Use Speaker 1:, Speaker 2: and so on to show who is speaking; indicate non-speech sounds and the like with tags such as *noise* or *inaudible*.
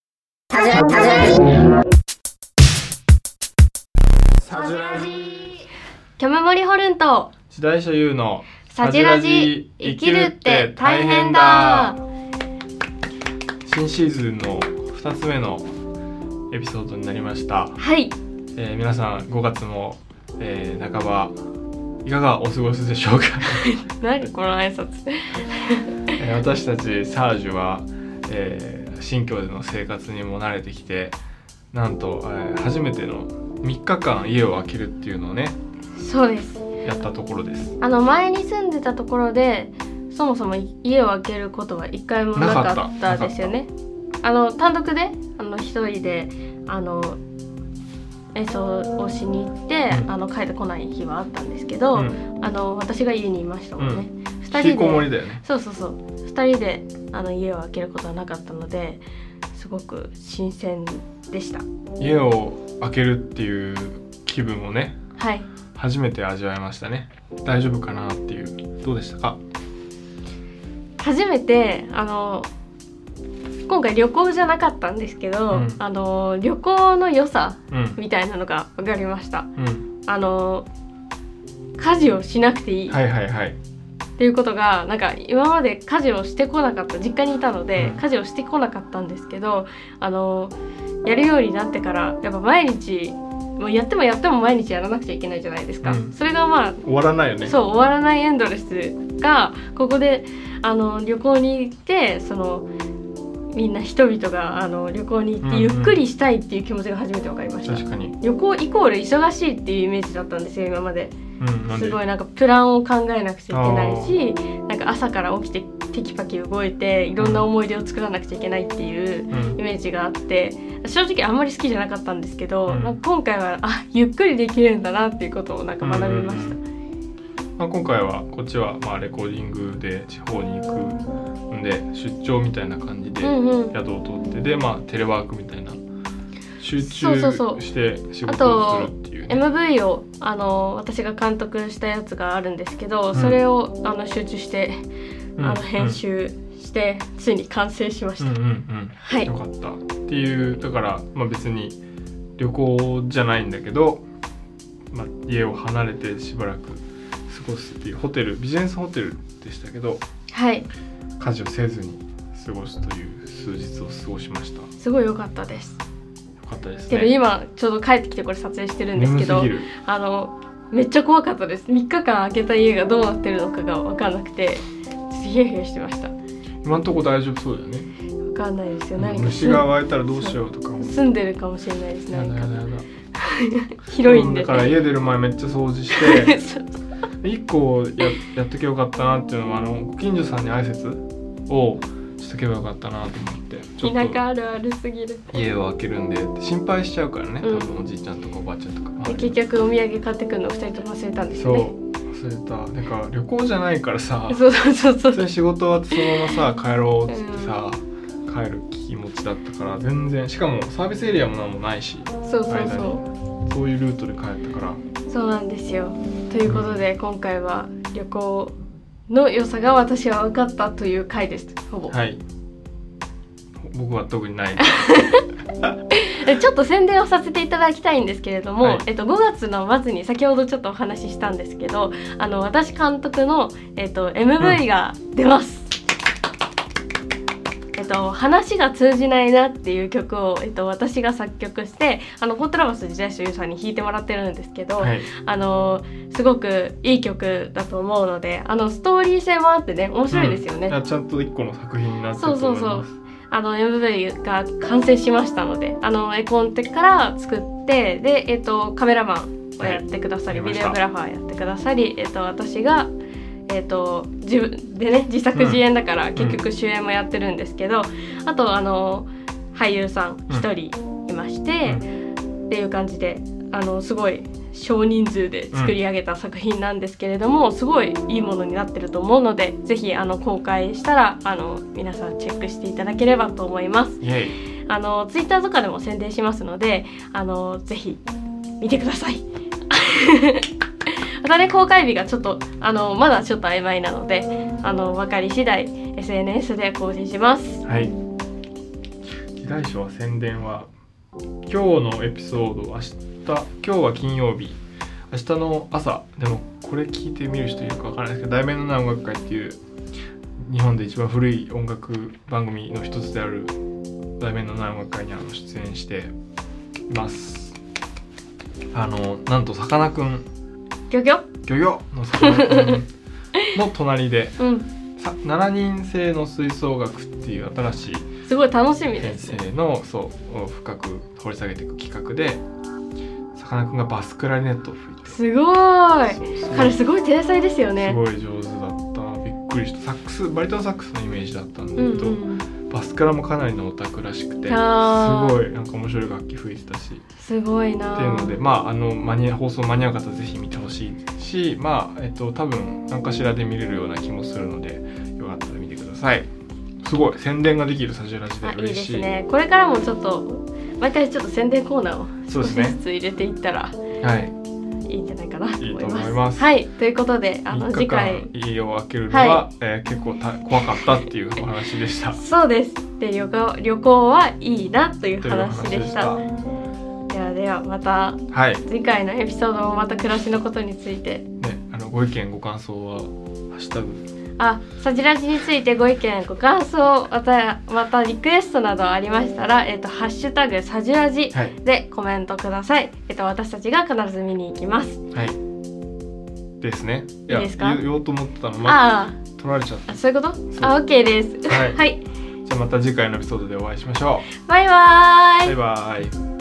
Speaker 1: ずらじラジ
Speaker 2: サジラジ
Speaker 3: キャムモリホルンと
Speaker 2: 時代者優の
Speaker 3: サジラジ生きるって大変だ
Speaker 2: 新シーズンの2つ目のエピソードになりました、
Speaker 3: はい
Speaker 2: えー皆さん5月も、えー半ばいかがお過ごしでしょうか、 *laughs*
Speaker 3: 何この挨拶
Speaker 2: えー私たちサージュは、えー新居での生活にも慣れてきてなんと、えー初めての3日間家を空けるっていうのをね
Speaker 3: そうです
Speaker 2: やったところです
Speaker 3: あの前に住んでたところでそもそも家を空けることは一回もなかっ
Speaker 2: なかったた
Speaker 3: ですよねあの単独であの一人であの演奏をしに行って、
Speaker 2: うん
Speaker 3: あの帰ってこない日はあったんですけど、
Speaker 2: うん
Speaker 3: あの私が家にいましたもんね、二
Speaker 2: 引
Speaker 3: 人で
Speaker 2: きこもりだよね
Speaker 3: そうそうそう2人であの家を空けることはなかったのですごく新鮮でした
Speaker 2: 家を空けるっていう気分をね
Speaker 3: はい
Speaker 2: 初めて味わいましたね大丈夫かなっていうどうでしたか
Speaker 3: 初めてあの今回旅行じゃなかったんですけど、
Speaker 2: うん
Speaker 3: あの旅行の良さ
Speaker 2: うん
Speaker 3: みたいなのが分かりました
Speaker 2: うん
Speaker 3: あの家事をしなくていいっ
Speaker 2: はいはいはい
Speaker 3: ていうことが、なんか今まで家事をしてこなかった実家にいたので、
Speaker 2: うん
Speaker 3: 家事をしてこなかったんですけどあのやるようになってからやっぱ毎日もうやってもやっても毎日やらなくちゃいけないじゃないですか、
Speaker 2: うん
Speaker 3: それがまあ
Speaker 2: 終わらないよね
Speaker 3: そう終わらないエンドレスがここであの旅行に行ってそのみんな人々があの旅行に行っ
Speaker 2: うん
Speaker 3: て
Speaker 2: う
Speaker 3: ゆっ
Speaker 2: ん
Speaker 3: くりしたいっていう気持ちが初めて分かりました、
Speaker 2: 確かに
Speaker 3: 旅行イコール忙しいっていうイメージだったんですよ今まで
Speaker 2: うんなんです
Speaker 3: ごいなんかプランを考えなくちゃいけないしなんか朝から起きてテキパキ動いていろんな思い出を作らなくちゃいけないっていう
Speaker 2: うん
Speaker 3: イメージがあって正直あんまり好きじゃなかったんですけど、
Speaker 2: うん
Speaker 3: なんか今回はあゆっくりできるんだなっていうことをなんか学びました。
Speaker 2: まあ、今回はこっちはまあレコーディングで地方に行くんで出張みたいな感じで
Speaker 3: うんうん
Speaker 2: 宿を取ってでまあテレワークみたいな集
Speaker 3: そ
Speaker 2: 中
Speaker 3: うそうそう
Speaker 2: して仕事をするっていうね
Speaker 3: MV をあの私が監督したやつがあるんですけど、
Speaker 2: ん
Speaker 3: それをあの集中して、
Speaker 2: うん
Speaker 3: あの編集して、ついに完成しました、
Speaker 2: うんうんうん
Speaker 3: は
Speaker 2: よ
Speaker 3: い
Speaker 2: かったっていうだから、まあ、別に旅行じゃないんだけど、まあ、家を離れてしばらく過ごすっていうホテルビジネスホテルでしたけど
Speaker 3: はい
Speaker 2: 家事をせずに過ごすという数日を過ごしましたよ
Speaker 3: すごい良かったです
Speaker 2: かったです
Speaker 3: けど
Speaker 2: ね
Speaker 3: 今ちょうど帰ってきてこれ撮影してるんです
Speaker 2: 眠
Speaker 3: け
Speaker 2: す
Speaker 3: ど
Speaker 2: ぎる
Speaker 3: あのめっちゃ怖かったです3日間開けた家がどうなってるのかが分かんなくてちょっとヒヤヒヤしてました
Speaker 2: 今んとこ大丈夫そうだよね
Speaker 3: 分かんないですよ何か
Speaker 2: 虫が湧いたらどうしようとか
Speaker 3: 住んでるかもしれ *laughs* ないです
Speaker 2: や
Speaker 3: 何
Speaker 2: だやだ
Speaker 3: か
Speaker 2: やだ
Speaker 3: 広いんで、
Speaker 2: だから家出る前めっちゃ掃
Speaker 3: *laughs*
Speaker 2: 除して一個や *laughs* やっとけばよかったなっていうのはあのご近所さんに挨拶をしとけばよかったなと思ってちょっ
Speaker 3: 田
Speaker 2: と
Speaker 3: 舎あるあるすぎる
Speaker 2: 家を開けるんでって心配しちゃうからね、
Speaker 3: うん
Speaker 2: 多分おじいちゃんとかおばあちゃんとか
Speaker 3: で
Speaker 2: 周り
Speaker 3: 結
Speaker 2: の
Speaker 3: 局お土産買ってくるの2人とも忘れたんです
Speaker 2: そ
Speaker 3: よ
Speaker 2: う
Speaker 3: ね
Speaker 2: 忘れたなんか旅行じゃないからさ
Speaker 3: *laughs* そうそうそうそう
Speaker 2: 普通に仕事終わってそのままさ帰ろうっつってさ、帰る気持ちだったから全然しかもサービスエリアも何もないし
Speaker 3: そうそう
Speaker 2: 間
Speaker 3: そ
Speaker 2: そういうルートで帰ったから
Speaker 3: うそうなんですよということで今回は旅行の良さが私は分かったという回ですほぼ、
Speaker 2: はい僕は特にない
Speaker 3: *laughs* えちょっと宣伝をさせていただきたいんですけれども、
Speaker 2: はい
Speaker 3: えっと、5月の末に先ほどちょっとお話ししたんですけどあの私監督の、えっと、MV が出ます、えっと、話が通じないなっていう曲を、えっと、私が作曲してあのコントラバス時代所優さんに弾いてもらってるんですけど、
Speaker 2: はい
Speaker 3: あのすごくいい曲だと思うのであのストーリー性もあってね面白いですよね、
Speaker 2: うんいやちゃんと一個の作品になってると思い
Speaker 3: そうそう
Speaker 2: ます
Speaker 3: あの MV が完成しましたのであの絵コンテから作ってで、えっとカメラマンをやってくださり、
Speaker 2: はい
Speaker 3: ビデオグラファーやってくださり、えっと私が、えっと自分でね自作自演だから、結局主演もやってるんですけど、あとあの俳優さん一人いまして、っていう感じであのすごい少人数で作り上げた作品なんですけれども、すごいいいものになってると思うのでぜひあの公開したらあの皆さんチェックしていただければと思います
Speaker 2: イエイ
Speaker 3: あのツイッターとかでも宣伝しますのであのぜひ見てください *laughs* またね公開日がちょっとあのまだちょっと曖昧なのであの分かり次第 SNS で更新します
Speaker 2: はい機外賞は宣伝は今日のエピソード明日今日は金曜日明日の朝でもこれ聞いてみる人いるかわからないですけど題名のない音楽会っていう日本で一番古い音楽番組の一つである題名のない音楽会にあの出演していますあのなんとさかなクン
Speaker 3: ギョギョ
Speaker 2: 漁業のさかなクンの隣で
Speaker 3: うん
Speaker 2: さ7人制の吹奏楽っていう新しい
Speaker 3: すごい楽しみで
Speaker 2: 先
Speaker 3: す
Speaker 2: 生のそうを深く掘り下げていく企画でさかなクンがバスクラリネットを吹いて
Speaker 3: すごい
Speaker 2: そうすごい
Speaker 3: 彼すごい天才ですよね
Speaker 2: すごい上手だったびっくりしたサックスバリトンサックスのイメージだったんだけ
Speaker 3: う
Speaker 2: ど、
Speaker 3: んうん、
Speaker 2: バスクラもかなりのオタクらしくてすごい
Speaker 3: あー
Speaker 2: なんか面白い楽器吹いてたし
Speaker 3: すごいな
Speaker 2: っていうのでまああの間に合放送間に合う方はぜひ見てほしいしまあえっと多分何かしらで見れるような気もするのでよかったら見てくださいすごい宣伝ができるサジェラジで
Speaker 3: あいいで
Speaker 2: 嬉しい
Speaker 3: すねこれからもちょっと毎回ちょっと宣伝コーナーを
Speaker 2: そう
Speaker 3: 少
Speaker 2: で
Speaker 3: し
Speaker 2: すね
Speaker 3: ず *laughs* つ入れていったら
Speaker 2: はい
Speaker 3: いいんじゃないかなと思います
Speaker 2: いいと思います
Speaker 3: はいということであの
Speaker 2: 3
Speaker 3: 次
Speaker 2: 日
Speaker 3: 回
Speaker 2: 間家を開けるのは、
Speaker 3: は
Speaker 2: えー結構た怖かったっていうお話でした
Speaker 3: *laughs* そうですで旅行旅行はいいなという
Speaker 2: というお
Speaker 3: 話でした
Speaker 2: 話で
Speaker 3: ではではまた
Speaker 2: したはい
Speaker 3: 次回のエピソードもまた暮らしのことについて
Speaker 2: ね、あのご意見ご感想は「ハッシュタグ
Speaker 3: あサジラジについてご意見ご感想またまたリクエストなどありましたら「えっとハッシュタグサジラジ
Speaker 2: はい」
Speaker 3: でコメントください、えっと私たちが必ず見に行きます
Speaker 2: はいですねい
Speaker 3: いいですか
Speaker 2: 言言おうと思ってたのま
Speaker 3: あ
Speaker 2: 取られちゃった
Speaker 3: ーあそういうこと
Speaker 2: う
Speaker 3: あ OK です
Speaker 2: は
Speaker 3: *laughs*
Speaker 2: い
Speaker 3: はい、
Speaker 2: じゃあまた次回のエピソードでお会いしましょ
Speaker 3: バイバーイ
Speaker 2: うバイバイ